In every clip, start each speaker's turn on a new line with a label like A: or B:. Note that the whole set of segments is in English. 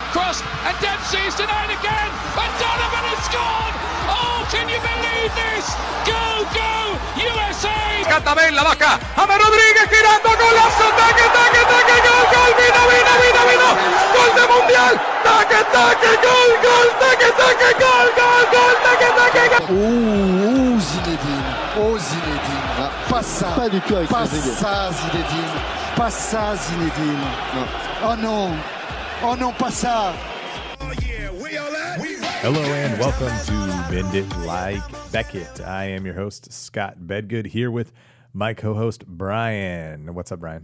A: pass, and Dempsey's denied again, and Donovan has scored! Oh, can you believe this? Go, go, USA!
B: Catabel, la vaca, James Rodríguez girando, golazo, taque, taque, taque, gol, gol, vino, vino, vino, vino, gol de Mundial, taque, taque, gol, gol, taque, taque, gol, gol, gol, taque, taque, gol!
C: Oh, oh, Zinedine, oh, Zinedine, pas ça, Ah,
D: Pas du tout avec
C: pas
D: Trezeguet.
C: ça, Zinedine, pas ça, Zinedine, oh non, oh non, pas ça.
E: Hello and welcome to Bend It Like Beckett. I am your host, Scott Bedgood, here with my co host, Brian. What's up, Brian?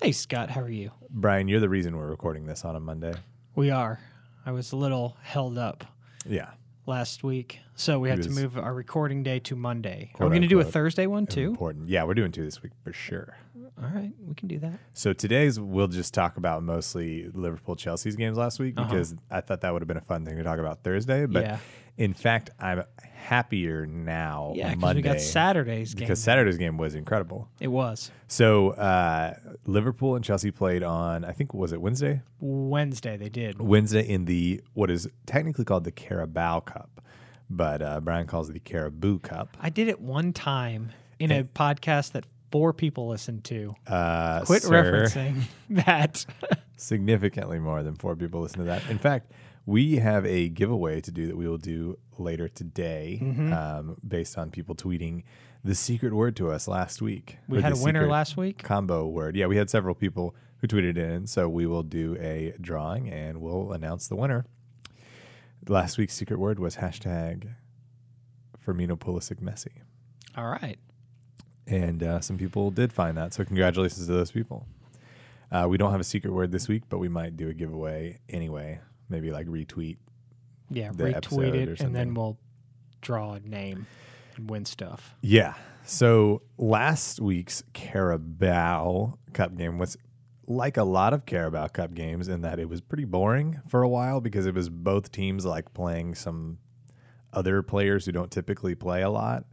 F: Hey Scott, how are you?
E: Brian, you're the reason we're recording this on a Monday.
F: We are. I was a little held up
E: Yeah.
F: last week, so we had to
E: was-
F: move our recording day to Monday. are
E: Quote,
F: we going to do a
E: unquote,
F: Thursday one too?
E: Important. Yeah, we're doing two this week for sure.
F: All right, we can do that.
E: So today's, we'll just talk about mostly Liverpool Chelsea's games last week because I thought that would have been a fun thing to talk about Thursday. But
F: Uh-huh. Yeah.
E: in fact, I'm happier now
F: Yeah, because
E: Oh, Monday
F: we got Saturday's game.
E: because Saturday's game was incredible.
F: it was
E: So uh, Liverpool and Chelsea played on I think was it Wednesday?
F: Wednesday. They did.
E: Wednesday in the what is technically called the Carabao Cup, but uh, Brian calls it the Caribou Cup.
F: I did it one time in a podcast that four people listened to.
E: Uh,
F: Quit
E: sir,
F: referencing that.
E: significantly more than four people listen to that. In fact, we have a giveaway to do that we will do later today,
F: Mm-hmm.
E: um, based on people tweeting the secret word to us last week.
F: We
E: Or
F: had
E: the
F: a winner
E: secret
F: last week.
E: combo word. Yeah, we had several people who tweeted in, so we will do a drawing and we'll announce the winner. Last week's secret word was hashtag Firmino Pulisic Messi,
F: All right.
E: and uh, some people did find that. So congratulations to those people. Uh, we don't have a secret word this week, but we might do a giveaway anyway. Maybe like retweet.
F: Yeah,
E: The episode
F: retweet
E: or
F: it, and
E: something.
F: then we'll draw a name and win stuff.
E: Yeah. So last week's Carabao Cup game was like a lot of Carabao Cup games in that it was pretty boring for a while because it was both teams like playing some other players who don't typically play a lot.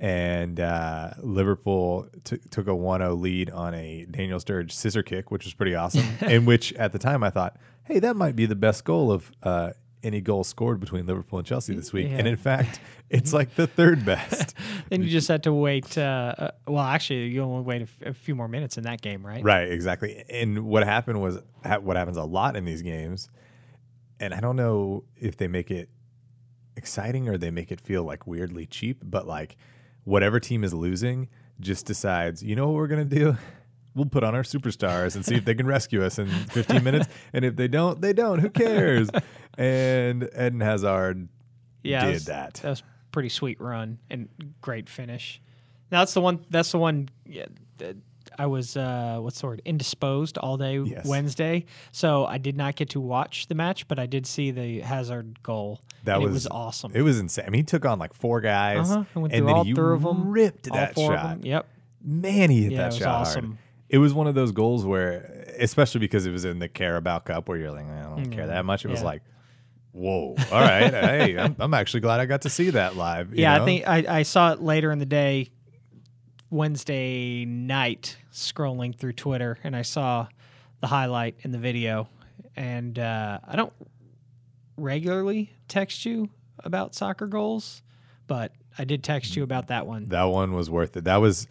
E: And uh, Liverpool t- took a 1 0 lead on a Daniel Sturridge scissor kick, which was pretty awesome. in which at the time I thought, hey, that might be the best goal of uh, any goal scored between Liverpool and Chelsea this week. And in fact, it's like the third best.
F: Then you just had to wait. Uh, uh, well, actually, you only wait a, f- a few more minutes in that game, right?
E: Right, exactly. And what happened was ha- what happens a lot in these games, and I don't know if they make it exciting or they make it feel like weirdly cheap, but like whatever team is losing just decides, you know what we're gonna do? We'll put on our superstars and see if they can rescue us in 15 minutes. And if they don't, they don't. Who cares? And Eden Hazard
F: Yeah,
E: did
F: was- uh,
E: that.
F: That was a pretty sweet run and great finish. Now that's the one. That's the one. Yeah, that I was uh, what's the word? Indisposed all day
E: Yes.
F: Wednesday, so I did not get to watch the match, but I did see the Hazard goal.
E: That
F: and
E: was,
F: it was awesome.
E: It was insane. I mean, he took on like four guys,
F: Uh-huh. I went
E: and
F: through
E: then
F: all
E: he
F: three of them.
E: ripped
F: all
E: that
F: four
E: shot.
F: of them. Yep.
E: Man, he hit
F: Yeah,
E: that
F: it was
E: shot hard.
F: awesome.
E: It was one of those goals where, especially because it was in the Carabao Cup, where you're like, I don't care that much. It was
F: Mm, Yeah.
E: like, whoa, all right, hey, I'm, I'm actually glad I got to see that live. you
F: Yeah,
E: know?
F: I think I, I saw it later in the day, Wednesday night, scrolling through Twitter, and I saw the highlight in the video. And uh, I don't regularly text you about soccer goals, but I did text you about that one.
E: that one was worth it. That was,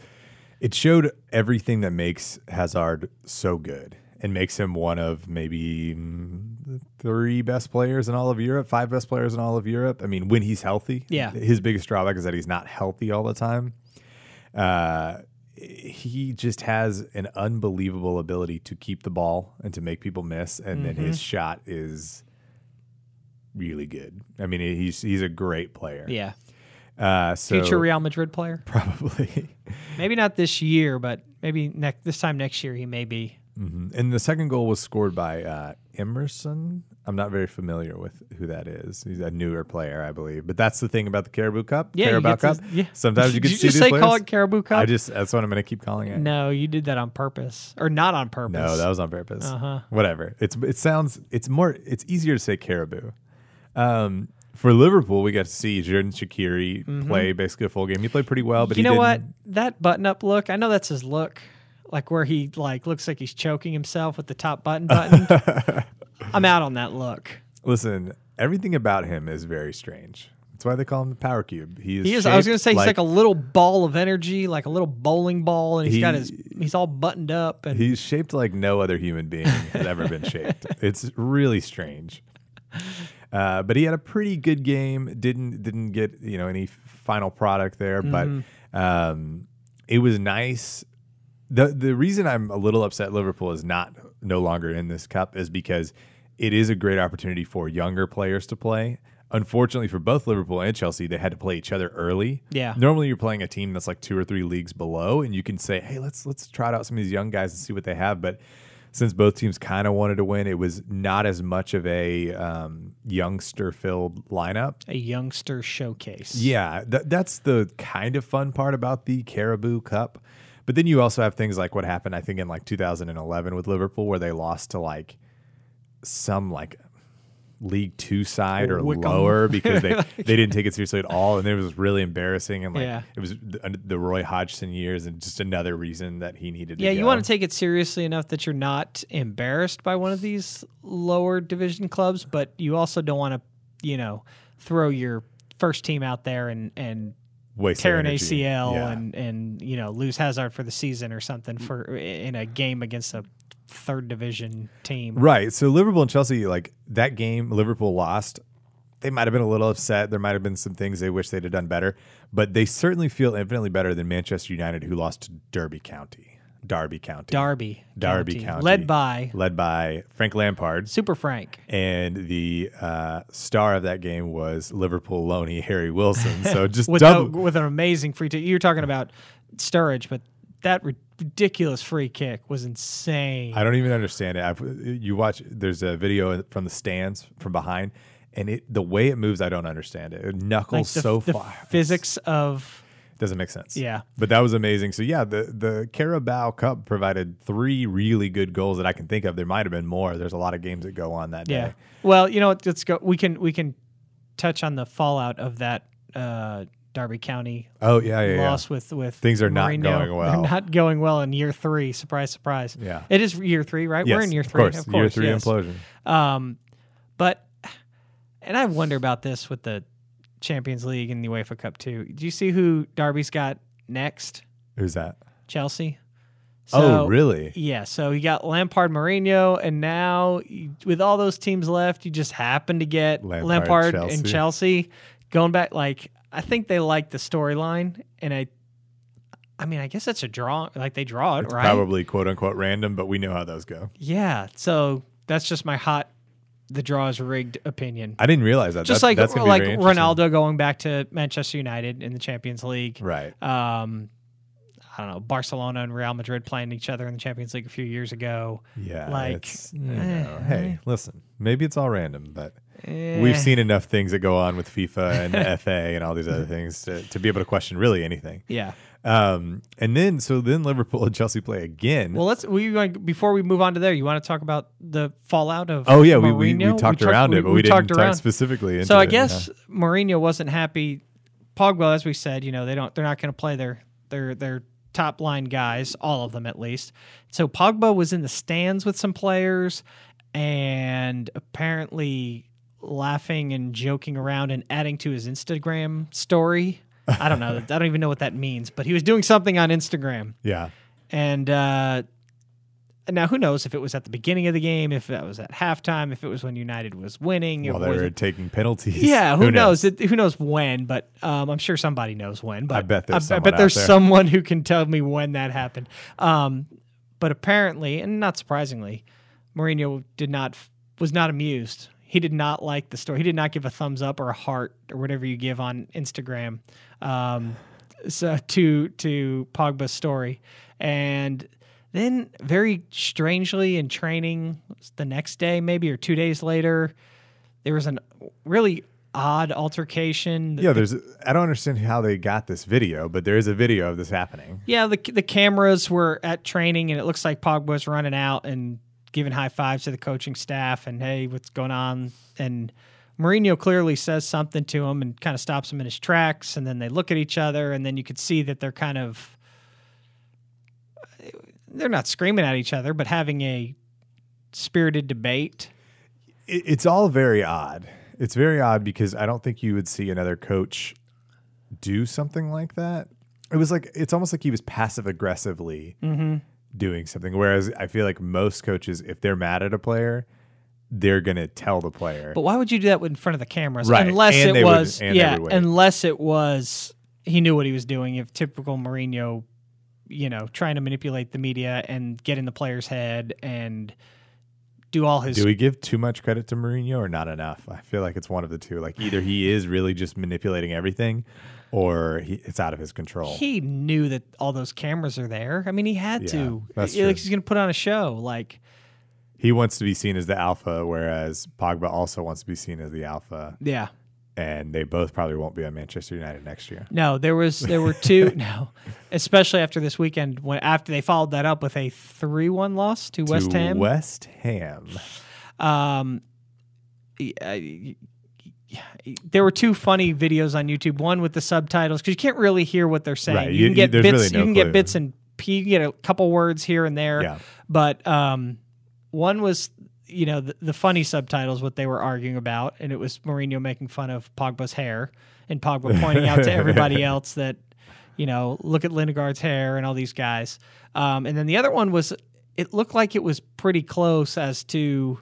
E: it showed everything that makes Hazard so good and makes him one of maybe mm, the three best players in all of Europe, five best players in all of Europe. I mean, when he's healthy,
F: Yeah.
E: His biggest drawback is that he's not healthy all the time. Uh, he just has an unbelievable ability to keep the ball and to make people miss, and then his
F: Mm-hmm.
E: shot is really good. I mean, he's he's a great player.
F: Yeah,
E: Uh, so
F: future Real Madrid player.
E: probably.
F: Maybe not this year, but maybe next this time next year he may be.
E: Mhm. And the second goal was scored by uh, Emerson. I'm not very familiar with who that is. He's a newer player, I believe. But that's the thing about the Caribou Cup.
F: Yeah, you
E: Carabao
F: get to-
E: Cup.
F: yeah.
E: Sometimes you
F: Did
E: can
F: you
E: see
F: just
E: these
F: say
E: players.
F: call it Caribou Cup?
E: I just that's what I'm going to keep calling it.
F: No, you did that on purpose, or not on purpose.
E: No, that was on purpose.
F: Uh-huh.
E: Whatever. It's it sounds it's more it's easier to say Caribou. Um, for Liverpool, we got to see Jordan Shakiri play basically a full game. He played pretty well, but
F: Mm-hmm. you
E: he
F: know
E: didn't-
F: what? That button-up look. I know that's his look, like where he like looks like he's choking himself with the top button button. I'm out on that look.
E: Listen, everything about him is very strange. That's why they call him the Power Cube. He is.
F: He is. I was
E: shaped
F: gonna say he's like a little ball of energy, like a little bowling ball, and he's got his. He's all buttoned up, and
E: He's shaped like no other human being has ever been shaped. It's really strange. Uh, but he had a pretty good game. Didn't didn't get you know any final product there, but um, it was nice. the The reason I'm a little upset Liverpool is not no longer in this cup is because it is a great opportunity for younger players to play. Unfortunately for both Liverpool and Chelsea, they had to play each other early.
F: Yeah.
E: Normally you're playing a team that's like two or three leagues below, and you can say, "Hey, let's let's try out some of these young guys and see what they have." But since both teams kind of wanted to win, it was not as much of a um, youngster-filled lineup.
F: a youngster showcase.
E: Yeah, th- that's the kind of fun part about the Caribou Cup. But then you also have things like what happened, I think, in like 2011 with Liverpool, where they lost to like some like League Two side or
F: Wickham.
E: lower because they they didn't take it seriously at all, and it was really embarrassing. And like
F: Yeah.
E: it was the, the Roy Hodgson years, and just another reason that he needed.
F: Yeah,
E: to
F: you
E: go.
F: want to take it seriously enough that you're not embarrassed by one of these lower division clubs, but you also don't want to, you know, throw your first team out there and and
E: Waste their
F: tear an
E: energy.
F: ACL
E: Yeah.
F: and and you know lose Hazard for the season or something for in a game against a third division team.
E: Right. So Liverpool and Chelsea, like that game, Liverpool lost. They might have been a little upset. There might have been some things they wish they'd have done better, but they certainly feel infinitely better than Manchester United, who lost to Derby County. Derby County.
F: Derby,
E: Derby County.
F: led by
E: Led by Frank Lampard.
F: Super Frank.
E: And the uh, star of that game was Liverpool loanee Harry Wilson. So just
F: with
E: double.
F: a, with an amazing free kick. You're talking about Sturridge, but that ri- ridiculous free kick was insane.
E: I don't even understand it. I've, you watch. There's a video from the stands from behind, and it the way it moves, I don't understand it. It
F: Like
E: knuckles
F: the-
E: so
F: the
E: far.
F: physics of
E: Doesn't make sense.
F: Yeah.
E: But that was amazing. So yeah, the the Carabao Cup provided three really good goals that I can think of. There might have been more. There's a lot of games that go on that
F: yeah.
E: day.
F: Well, you know, what, let's go. We can we can touch on the fallout of that uh, Derby County
E: Oh yeah, yeah, yeah.
F: loss with with
E: Things are not
F: Mourinho.
E: going well.
F: They're not going well in year three. Surprise, surprise.
E: Yeah.
F: it is year three, right?
E: Yes,
F: We're in year
E: of
F: three.
E: course. year three
F: yes.
E: implosion.
F: Um, but and I wonder about this with the Champions League and the UEFA Cup too. Do you see who Derby's got next?
E: Who's that?
F: Chelsea.
E: oh
F: So-
E: really?
F: Yeah. So you got Lampard, Mourinho, and now you- with all those teams left, you just happen to get
E: Lampard,
F: Lampard, and
E: Chelsea.
F: Chelsea going back. Like I think they like the storyline, and I, I mean, I guess that's a draw. Like they draw it,
E: It's
F: right?
E: Probably quote unquote random, but we know how those go.
F: Yeah. So that's just my hot. The draw is rigged opinion.
E: I didn't realize that.
F: just
E: That-
F: like
E: that's gonna be
F: like
E: very interesting.
F: Ronaldo going back to Manchester United in the Champions League.
E: Right.
F: Um, I don't know Barcelona and Real Madrid playing each other in the Champions League a few years ago.
E: Yeah.
F: like,
E: it's, you know, hey, listen. Maybe it's all random, but
F: Eh.
E: we've seen enough things that go on with FIFA and the FA and all these other things to, to be able to question really anything.
F: Yeah.
E: Um, and then so then Liverpool and Chelsea play again.
F: Well, let's we like before we move on to there. You want to talk about the fallout of?
E: oh yeah, we, we, we
F: Mourinho?
E: talked around it, but we, didn't
F: talked
E: talk
F: around.
E: specifically. Into
F: So I
E: it,
F: guess Mourinho wasn't happy. Pogba, as we said, you know they don't they're not going to play their their their top line guys, all of them at least. So Pogba was in the stands with some players, and apparently laughing and joking around and adding to his Instagram story. I don't know. I don't even know what that means, but he was doing something on Instagram.
E: yeah.
F: And uh, now, who knows if it was at the beginning of the game, if that was at halftime, if it was when United was winning.
E: yeah.
F: if
E: While
F: it
E: they
F: was-
E: were taking penalties.
F: yeah, who, knows? It, who knows when? But um, I'm sure somebody knows when. But
E: bet there's
F: I,
E: someone
F: bet
E: out
F: there's
E: there.
F: someone who can tell me when that happened. Um, but apparently, and not surprisingly, Mourinho did not was not amused. He did not like the story. He did not give a thumbs up or a heart or whatever you give on Instagram um, so to to Pogba's story. And then, very strangely, in training the next day, maybe or two days later, there was an really odd altercation.
E: Yeah, there's. I don't understand how they got this video, but there is a video of this happening.
F: Yeah, the the cameras were at training, and it looks like Pogba's running out and giving high fives to the coaching staff, and hey, what's going on? And Mourinho clearly says something to him and kind of stops him in his tracks, and then they look at each other, and then you could see that they're kind of they're not screaming at each other, but having a spirited debate.
E: it, it's all very odd. It's very odd because I don't think you would see another coach do something like that. It was like it's almost like he was passive aggressively
F: Mm-hmm.
E: doing something. Whereas I feel like most coaches, if they're mad at a player, they're gonna tell the player.
F: But why would you do that in front of the cameras?
E: Right,
F: Unless
E: and they
F: it
E: would-
F: was,
E: and they
F: yeah,
E: would wait.
F: unless it was, he knew what he was doing. If typical Mourinho, you know, trying to manipulate the media and get in the player's head and do all his.
E: do we give too much credit to Mourinho or not enough? I feel like it's one of the two. Like either he is really just manipulating everything, or he, it's out of his control.
F: he knew that all those cameras are there. I mean, he had
E: Yeah,
F: to.
E: that's
F: Like,
E: true.
F: he's going to put on a show. Like,
E: he wants to be seen as the alpha, whereas Pogba also wants to be seen as the alpha,
F: yeah.
E: and they both probably won't be on Manchester United next year.
F: No, there was there were two. no, especially after this weekend when after they followed that up with a three-one loss to West
E: To
F: Ham.
E: West Ham.
F: um, y- I- y- y- there were two funny videos on YouTube. One with the subtitles because you can't really hear what they're saying.
E: Right,
F: You,
E: you-
F: can get
E: there's
F: bits.
E: really no
F: you can
E: clue.
F: get bits and p- you can get a couple words here and there.
E: Yeah.
F: But um, one was you know the, the funny subtitles what they were arguing about, and it was Mourinho making fun of Pogba's hair and Pogba pointing out to everybody else that you know look at Lindegaard's hair and all these guys. Um, and then the other one was it looked like it was pretty close as to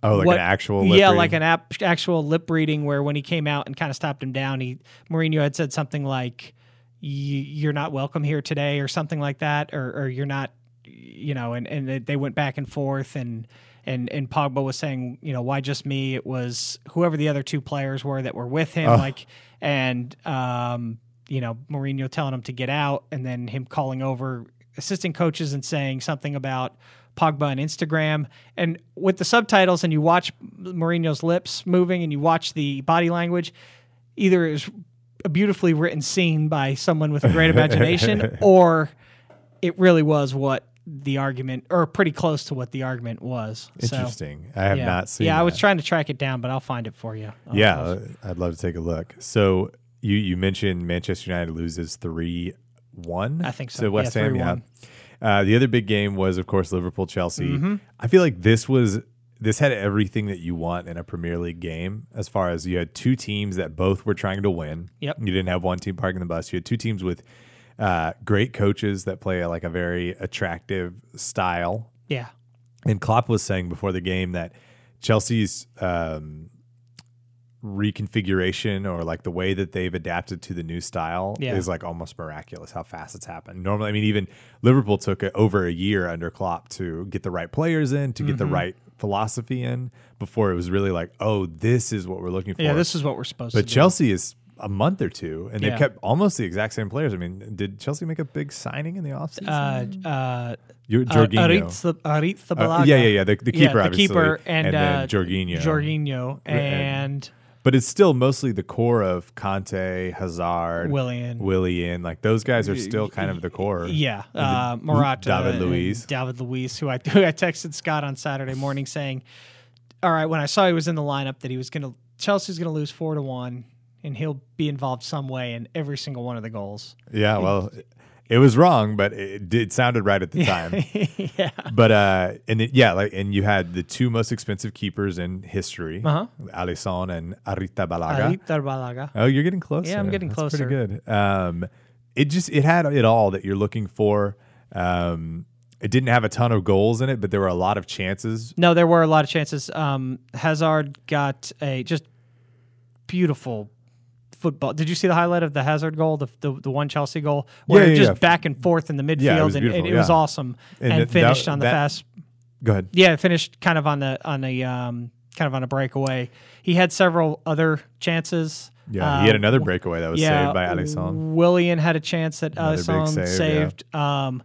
E: Oh, like
F: what-
E: an actual.
F: yeah,
E: lip
F: like
E: reading?
F: an ap- actual lip reading where when he came out and kind of stopped him down, he Mourinho had said something like, "Y- "You're not welcome here today" or something like that, or, or "You're not," you know, and and they- they went back and forth and. And, and Pogba was saying, you know, why just me? It was whoever the other two players were that were with him, like, and um, you know, Mourinho telling him to get out, and then him calling over assistant coaches and saying something about Pogba on Instagram. And with the subtitles, and you watch Mourinho's lips moving and you watch the body language, either it was a beautifully written scene by someone with a great imagination, or it really was what the argument, or pretty close to what the argument was. So,
E: Interesting. I have
F: yeah.
E: not seen.
F: Yeah, I was
E: that.
F: trying to track it down, but I'll find it for you. I'll-
E: yeah, uh, I'd love to take a look. So you you mentioned Manchester United loses three one.
F: I think so.
E: To West
F: Yeah,
E: Ham, yeah.
F: 3-1.
E: Uh, the other big game was, of course, Liverpool Chelsea.
F: Mm-hmm.
E: I feel like this was this had everything that you want in a Premier League game. As far as you had two teams that both were trying to win.
F: Yep.
E: You didn't have one team parking the bus. You had two teams with uh, great coaches that play like a very attractive style
F: Yeah.
E: and Klopp was saying before the game that Chelsea's um, reconfiguration or like the way that they've adapted to the new style
F: Yeah.
E: is like almost miraculous how fast it's happened. Normally, I mean, even Liverpool took it over a year under Klopp to get the right players in, to get
F: Mm-hmm.
E: the right philosophy in before it was really like, oh, this is what we're looking for.
F: Yeah, this is what we're supposed
E: but
F: to do.
E: Chelsea is a month or two and they
F: Yeah.
E: kept almost the exact same players. I mean, did Chelsea make a big signing in the offseason?
F: uh, uh,
E: Your-
F: Uh,
E: Jorginho.
F: Aritz- Arrizabalaga.
E: Uh, yeah, yeah, yeah. The, the keeper,
F: Yeah, the
E: obviously.
F: keeper,
E: then
F: and, uh,
E: Jorginho.
F: Jorginho and
E: But it's still mostly the core of Conte, Hazard,
F: Willian.
E: Willian. Like those guys are still kind of the core.
F: yeah, uh, Morata,
E: David
F: and
E: Luiz.
F: David Luiz, who I who I texted Scott on Saturday morning saying, "All right, when I saw he was in the lineup, that he was going to Chelsea's going to lose four to one, and he'll be involved some way in every single one of the goals."
E: Yeah. Well, it was wrong, but it did it sounded right at the time.
F: yeah,
E: but uh, and it, yeah, like and you had the two most expensive keepers in history,
F: Uh-huh.
E: Alisson and Arrizabalaga.
F: Arrizabalaga.
E: Oh, you're getting closer.
F: Yeah, I'm getting
E: That's
F: closer.
E: Pretty good. Um, it just it had it all that you're looking for. Um, it didn't have a ton of goals in it, but there were a lot of chances.
F: No, there were a lot of chances. Um, Hazard got a just beautiful football. Did you see the highlight of the Hazard goal, the the, the one Chelsea goal, where
E: Yeah, yeah,
F: just
E: yeah.
F: back and forth in the midfield,
E: Yeah, it was
F: and, and it
E: beautiful,
F: was
E: yeah.
F: awesome,
E: And
F: and,
E: that- that-
F: finished on the
E: that-
F: fast.
E: Go ahead.
F: Yeah, it finished kind of on the on the um, kind of on a breakaway. He had several other chances.
E: Yeah, he had
F: Um,
E: another breakaway that was
F: yeah,
E: saved by Alexandre.
F: Willian had a chance that
E: Another big
F: Alisson
E: save,
F: saved. Um,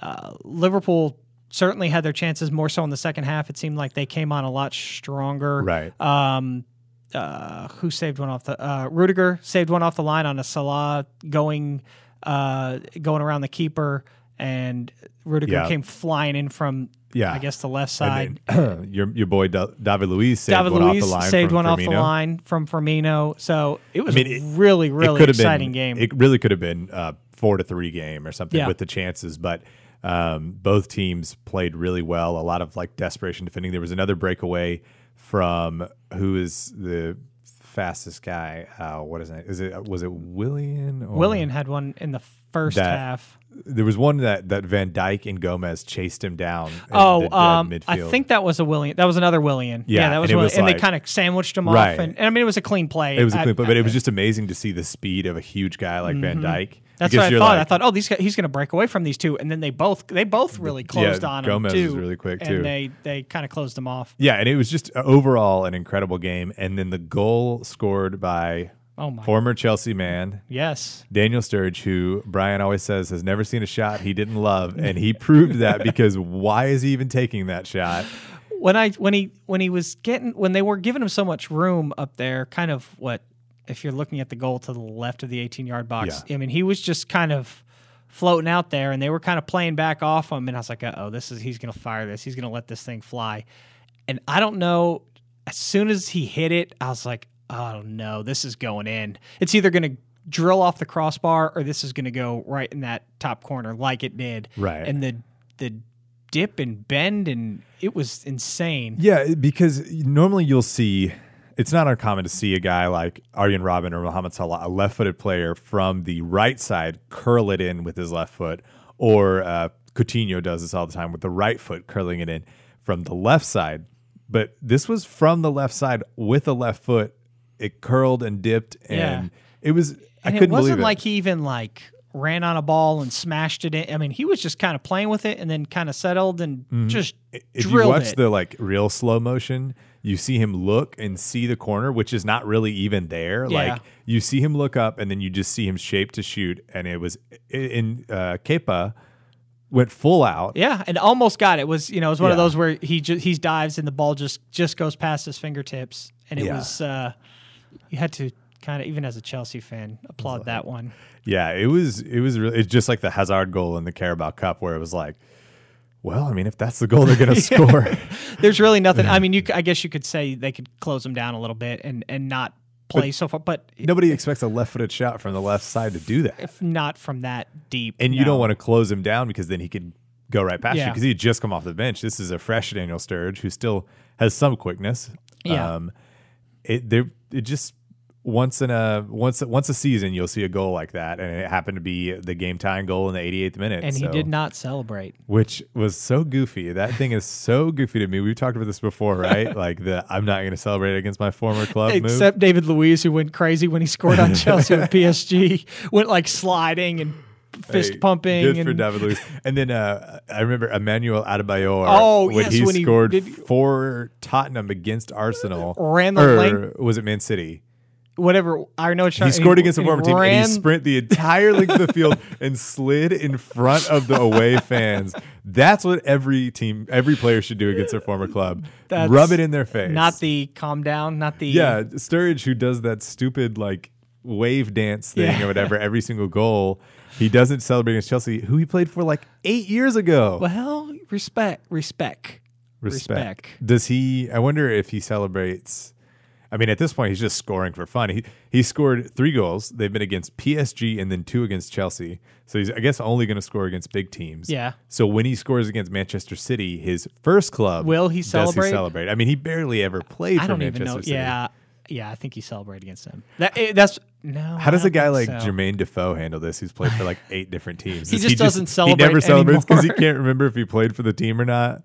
F: uh, Liverpool certainly had their chances more so in the second half. It seemed like they came on a lot stronger.
E: Right.
F: Um, uh, who saved one off the uh, Rudiger saved one off the line on a Salah going uh, going around the keeper, and Rudiger
E: Yeah.
F: came flying in from
E: Yeah.
F: I guess the left side.
E: And then your your boy Da- David Luiz saved
F: Uh, David
E: one
F: Luiz
E: off the line.
F: saved
E: from
F: one off the
E: Firmino.
F: line from Firmino, so it was
E: I mean, it-
F: a really,
E: It
F: really
E: could have been-
F: exciting game.
E: It really could have been a four to three game or something
F: Yeah.
E: with the chances, but um, both teams played really well. A lot of like desperation defending. There was another breakaway from who is the fastest guy? Uh, what is it? Is it was it Willian? Or
F: Willian had one in the first
E: That-
F: half.
E: There was one that that Van Dyke and Gomez chased him down. in the
F: Oh,
E: dead
F: um, I
E: midfield.
F: think that was a Willian. That was another Willian.
E: Yeah,
F: that
E: and
F: was
E: it
F: Willian.
E: was
F: and they
E: like-
F: kind of sandwiched him
E: Right.
F: off. And, and I mean, it was a clean play.
E: It was a
F: I- Mm-hmm.
E: clean play, but it was just amazing to see the speed of a huge guy like Van Dyke.
F: That's
E: because
F: what I
E: you're
F: thought. I
E: like-
F: thought, oh, these guys, he's going to break away from these two, and then they both they both really closed on
E: Gomez
F: him
E: was
F: too.
E: really quick,
F: and
E: too.
F: they they kind of closed him off.
E: Yeah, and it was just uh, overall an incredible game. And then the goal scored by
F: Oh my,
E: former Chelsea man
F: yes,
E: Daniel Sturridge, who Brian always says has never seen a shot he didn't love, and he proved that because why is he even taking that shot?
F: when I when he when he was getting when they were giving him so much room up there, kind of what if you're looking at the goal to the left of the 18 yard box?
E: Yeah.
F: I mean, he was just kind of floating out there, and they were kind of playing back off him, and I was like, uh oh, this is he's going to fire this, he's going to let this thing fly, and I don't know. As soon as he hit it, I was like, oh no, this is going in. It's either going to drill off the crossbar or this is going to go right in that top corner like it did.
E: Right.
F: And the the dip and bend and it was insane.
E: Yeah, because normally you'll see it's not uncommon to see a guy like Aryan Robin or Mohamed Salah, a left footed player from the right side, curl it in with his left foot, or uh, Coutinho does this all the time with the right foot, curling it in from the left side. But this was from the left side with a left foot. It curled and dipped, and it was. I
F: and
E: couldn't
F: it wasn't
E: believe it.
F: like he even like ran on a ball and smashed it in. I mean, he was just kind of playing with it and then kind of settled and
E: Mm-hmm.
F: just
E: if you
F: drilled
E: watch
F: it.
E: the like real slow motion you see him look and see the corner which is not really even there
F: Yeah.
E: like you see him look up and then you just see him shape to shoot and it was in uh kepa went full out
F: yeah, and almost got it. It was you know it was one of
E: Yeah.
F: those where he ju- he dives and the ball just just goes past his fingertips, and it
E: Yeah.
F: was uh you had to kind of even as a Chelsea fan applaud that one.
E: yeah it was it was really it's just like the hazard goal in the carabao cup where it was like well i mean if that's the goal they're gonna score
F: There's really nothing. I mean, you c- I guess you could say they could close him down a little bit and and not play so far, but
E: nobody expects a left-footed shot from the left side to do that
F: if not from that deep.
E: and you don't
F: no.
E: want to close him down because then he could go right past you
F: Yeah.
E: because he had just come off the bench. This is a fresh Daniel Sturridge who still has some quickness.
F: Yeah.
E: Um, it there it just once in a once once a season you'll see a goal like that, and it happened to be the game tying goal in the 88th minute.
F: and
E: so-
F: he did not celebrate.
E: which was so goofy. That thing is so goofy to me. We've talked about this before, right? like the I'm not going to celebrate against my former club move.
F: Except David Luiz, who went crazy when he scored on Chelsea with PSG, went like sliding and fist
E: Hey,
F: pumping.
E: Good
F: and
E: for David Luiz. And then uh, I remember Emmanuel Adebayor.
F: Oh,
E: when
F: yes,
E: he
F: when he
E: scored
F: did-
E: for Tottenham against Arsenal.
F: Ran the
E: or
F: length-
E: was it Man City?
F: Whatever. I know.
E: He scored against the former team and he sprint the entire length of the field and slid in front of the away fans. That's what every team, every player should do against their former club.
F: That's
E: Rub it in their face.
F: Not the calm down. Not the
E: yeah, Sturridge who does that stupid like wave dance thing
F: Yeah.
E: or whatever every single goal. He doesn't celebrate against Chelsea, who he played for like eight years ago.
F: Well, respect, respect.
E: respect.
F: Respect.
E: Does he? I wonder if he celebrates. I mean, at this point, he's just scoring for fun. He he scored three goals. They've been against PSG and then two against Chelsea. So he's, I guess, only going to score against big teams.
F: Yeah.
E: So when he scores against Manchester City, his first club,
F: Will he
E: Does
F: celebrate?
E: he celebrate? I mean, he barely ever played
F: I
E: for
F: don't even
E: Manchester
F: know.
E: City.
F: Yeah, yeah. I think he celebrated against them. That eh, that's no.
E: How does a guy like
F: Jermaine?
E: Jermaine Defoe handle this? Who's played for like eight different teams.
F: He
E: Is
F: just doesn't
E: He never
F: celebrate
E: celebrates because he
F: anymore.
E: can't remember if he played for the team or not.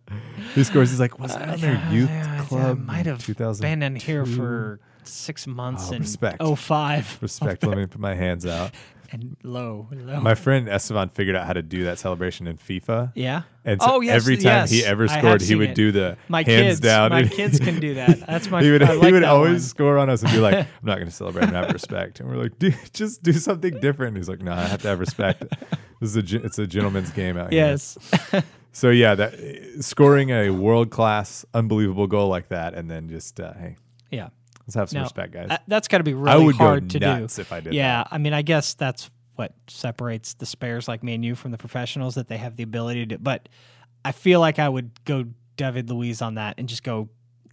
E: He scores. He's like, was I on their youth
F: Uh, Yeah, yeah,
E: club? in
F: might have
E: 2000?
F: been in here for six months
E: Oh,
F: and
E: respect.
F: 05
E: Respect. Let me put my hands out.
F: and low, low.
E: My friend Esteban figured out how to do that celebration in FIFA.
F: yeah.
E: And so
F: oh, yes,
E: every time he
F: yes,
E: ever
F: I have
E: scored, he
F: seen
E: would
F: it.
E: do the
F: my
E: hands
F: kids,
E: down.
F: My
E: and-
F: kids can do that. That's my.
E: he would,
F: I like
E: he would
F: that
E: always
F: one.
E: score on us and be like, I'm not going to celebrate and have respect. And we're like, dude, just do something different. He's like, no, I have to have respect. This is a, gen- it's a gentleman's game out here.
F: Yes.
E: So yeah, that scoring a world class, unbelievable goal like that, and then just uh, hey,
F: yeah.
E: let's have some
F: No,
E: respect, guys.
F: that- that's got to be really
E: would go
F: hard to
E: nuts
F: do.
E: if I did
F: Yeah. I mean, I guess that's what separates the spares like me and you from the professionals that they have the ability to. But I feel like I would go David Luiz on that and just go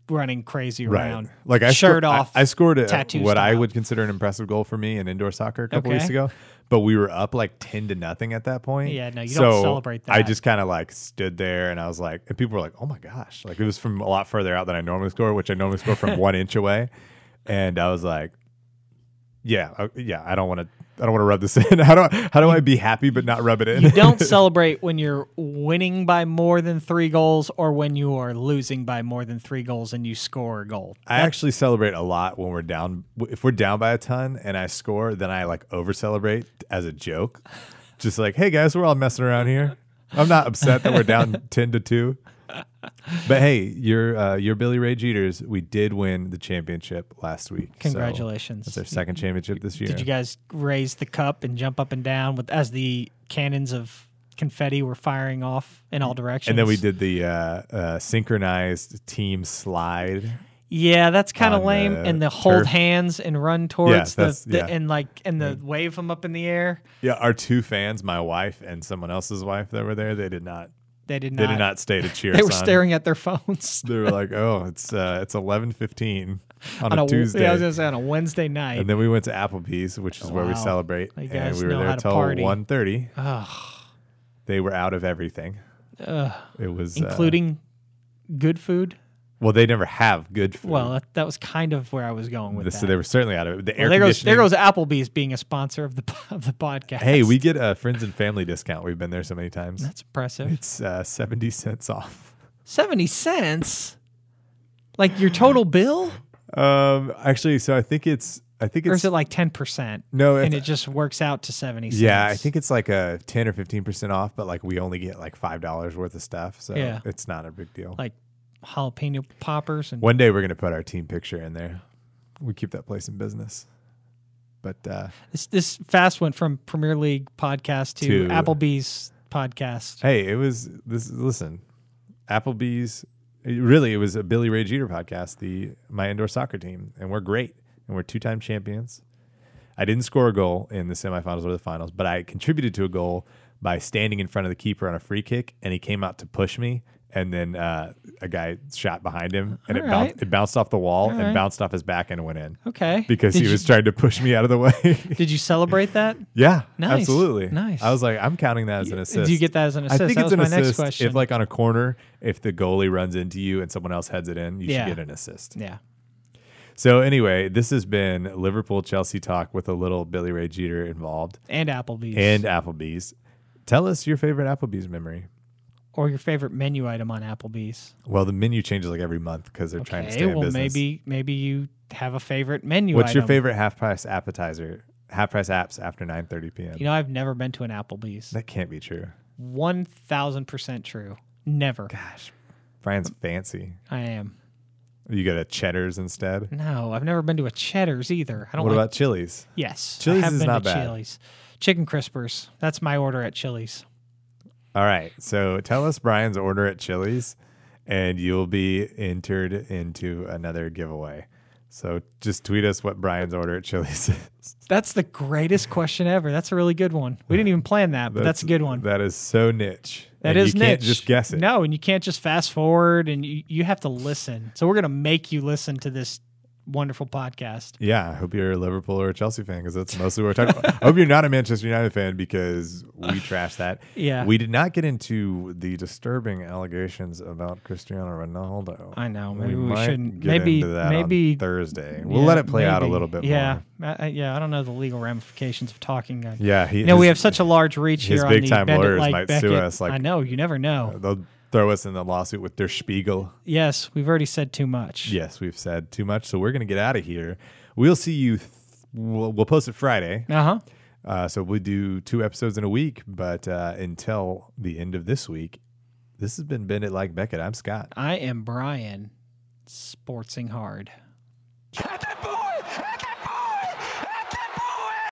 F: running crazy around.
E: Like I
F: shirt
E: scored- I-
F: off.
E: I, scored a, what
F: tattoo
E: I
F: style.
E: would consider an impressive goal for me in indoor soccer a couple
F: Okay.
E: weeks ago, but we were up like ten to nothing at that point.
F: Yeah, no, you don't
E: So
F: celebrate
E: I
F: that.
E: just kind of like stood there and I was like, and people were like, "Oh my gosh!" Like it was from a lot further out than I normally score, which I normally score from one inch away, and I was like, "Yeah, uh, yeah, I don't want to." I don't want to rub this in. How do I, how do I be happy but not rub it in?
F: you don't celebrate when you're winning by more than three goals or when you are losing by more than three goals and you score a goal.
E: I actually celebrate a lot when we're down. If we're down by a ton and I score, then I like over celebrate as a joke. Just like, hey guys, we're all messing around here. I'm not upset that we're down 10 to 2. But hey, your uh, your Billy Ray Jeters, we did win the championship last week. So
F: Congratulations.
E: that's their second championship this year.
F: Did you guys raise the cup and jump up and down with as the cannons of confetti were firing off in all directions?
E: and then we did the uh, uh, synchronized team slide.
F: Yeah, that's kind
E: on
F: of lame.
E: the
F: and the hold
E: turf.
F: hands and run
E: Yeah,
F: towards
E: that's-
F: the, the
E: yeah.
F: and like and the wave them up in the air.
E: Yeah, our two fans, my wife and someone else's wife that were there, they did not
F: They did
E: they
F: not.
E: did not stay to cheer.
F: They were
E: us on.
F: staring at their phones
E: they were like, "Oh, it's uh, it's eleven fifteen on, a,
F: on a
E: Tuesday."
F: Yeah, I was gonna say on a Wednesday night.
E: and then we went to Applebee's, which is where we
F: Wow.
E: celebrate,
F: You
E: and
F: guys
E: we were
F: know
E: there
F: how to
E: till
F: party.
E: 1.30.
F: Ugh.
E: They were out of everything.
F: Ugh.
E: It was uh,
F: including good food.
E: well, they never have good food.
F: Well, that, that was kind of where I was going with
E: This-
F: that.
E: so they were certainly out of it. The
F: Well,
E: air
F: there goes there
E: conditioning.
F: goes Applebee's being a sponsor of the of the podcast.
E: Hey, we get a friends and family discount. We've been there so many times.
F: that's impressive.
E: It's uh, seventy cents off.
F: Seventy cents, like your total bill,
E: Um, actually, so I think it's I think
F: or
E: it's
F: is it like ten percent?
E: no,
F: and it
E: it's-
F: just works out to seventy cents.
E: yeah, I think it's like a ten or fifteen percent off, but like we only get like five dollars worth of stuff, so
F: Yeah.
E: it's not a big deal.
F: like jalapeno poppers and
E: One day we're gonna put our team picture in there. We keep that place in business. But uh,
F: this, this fast went from Premier League podcast
E: To-
F: to, Applebee's podcast.
E: hey, it was this. Listen, Applebee's. it- really, it was a Billy Ray Jeter podcast. The my indoor soccer team, and we're great, and we're two time champions. I didn't score a goal in the semifinals or the finals, but I contributed to a goal by standing in front of the keeper on a free kick, and he came out to push me, and then uh, a guy shot behind him, and it,
F: All
E: bounced,
F: right.
E: it bounced off the wall and
F: right.
E: bounced off his back and went in.
F: Okay,
E: Because
F: Did
E: he
F: you-
E: was trying to push me out of the way.
F: Did you celebrate that?
E: Yeah,
F: Nice.
E: absolutely.
F: Nice.
E: I was like, I'm counting that as an assist.
F: Do you get that as an
E: I
F: assist?
E: think
F: that
E: it's
F: was
E: an
F: my
E: assist.
F: next question.
E: If like on a corner, if the goalie runs into you and someone else heads it in, you
F: Yeah.
E: should get an assist.
F: yeah.
E: So anyway, this has been Liverpool Chelsea talk with a little Billy Ray Jeter involved
F: and Applebee's
E: and Applebee's. Tell us your favorite Applebee's memory.
F: or your favorite menu item on Applebee's.
E: Well, the menu changes like every month because they're trying to stay
F: Okay,
E: in
F: well
E: business.
F: maybe maybe you have a favorite menu.
E: What's your
F: item.
E: favorite half price appetizer? Half price apps after 9:30 p.m.
F: You know, I've never been to an Applebee's.
E: that can't be true.
F: One thousand percent true. Never.
E: Gosh, Brian's fancy.
F: I am.
E: You go to Cheddar's instead.
F: No, I've never been to a Cheddar's either. I don't.
E: What
F: Mm, like,
E: about Chili's?
F: Yes, I
E: Chili's
F: have
E: is
F: been
E: not
F: to
E: bad.
F: Chili's. Chicken crispers. That's my order at Chili's.
E: All right. So tell us Brian's order at Chili's, and you'll be entered into another giveaway. So just tweet us what Brian's order at Chili's is.
F: That's the greatest question ever. That's a really good one. We didn't even plan that, but that's, a good one.
E: That is so niche.
F: That
E: And
F: is
E: you
F: niche.
E: Can't just guess it.
F: No, and you can't just fast forward, and you, you have to listen. So we're gonna make you listen to this wonderful podcast.
E: Yeah, I hope you're a Liverpool or a Chelsea fan because that's mostly what we're talking about. I hope you're not a Manchester United fan because we trashed that.
F: Yeah.
E: We did not get into the disturbing allegations about Cristiano Ronaldo.
F: I know. Maybe we,
E: might
F: shouldn't.
E: Get
F: maybe
E: into that on
F: maybe
E: Thursday. We'll
F: yeah,
E: let it play out a
F: maybe.
E: little bit
F: Yeah,
E: more.
F: I- I, yeah. I don't know the legal ramifications of talking. Uh,
E: Yeah. He,
F: you know, we
E: his-
F: have such a large reach
E: his
F: here.
E: big
F: on the
E: time
F: Bend It
E: lawyers
F: Like
E: might sue
F: Beckett.
E: us, like- uh,
F: I know. You never know.
E: They'll throw us in the lawsuit with their Spiegel.
F: Yes, we've already said too much.
E: Yes, we've said too much, so we're gonna get out of here. We'll see you. Th- we'll, we'll post it Friday,
F: Uh huh.
E: uh, so we do two episodes in a week. But uh, until the end of this week, this has been Bend It Like Beckett. I'm Scott.
F: I am Brian, sportsing hard.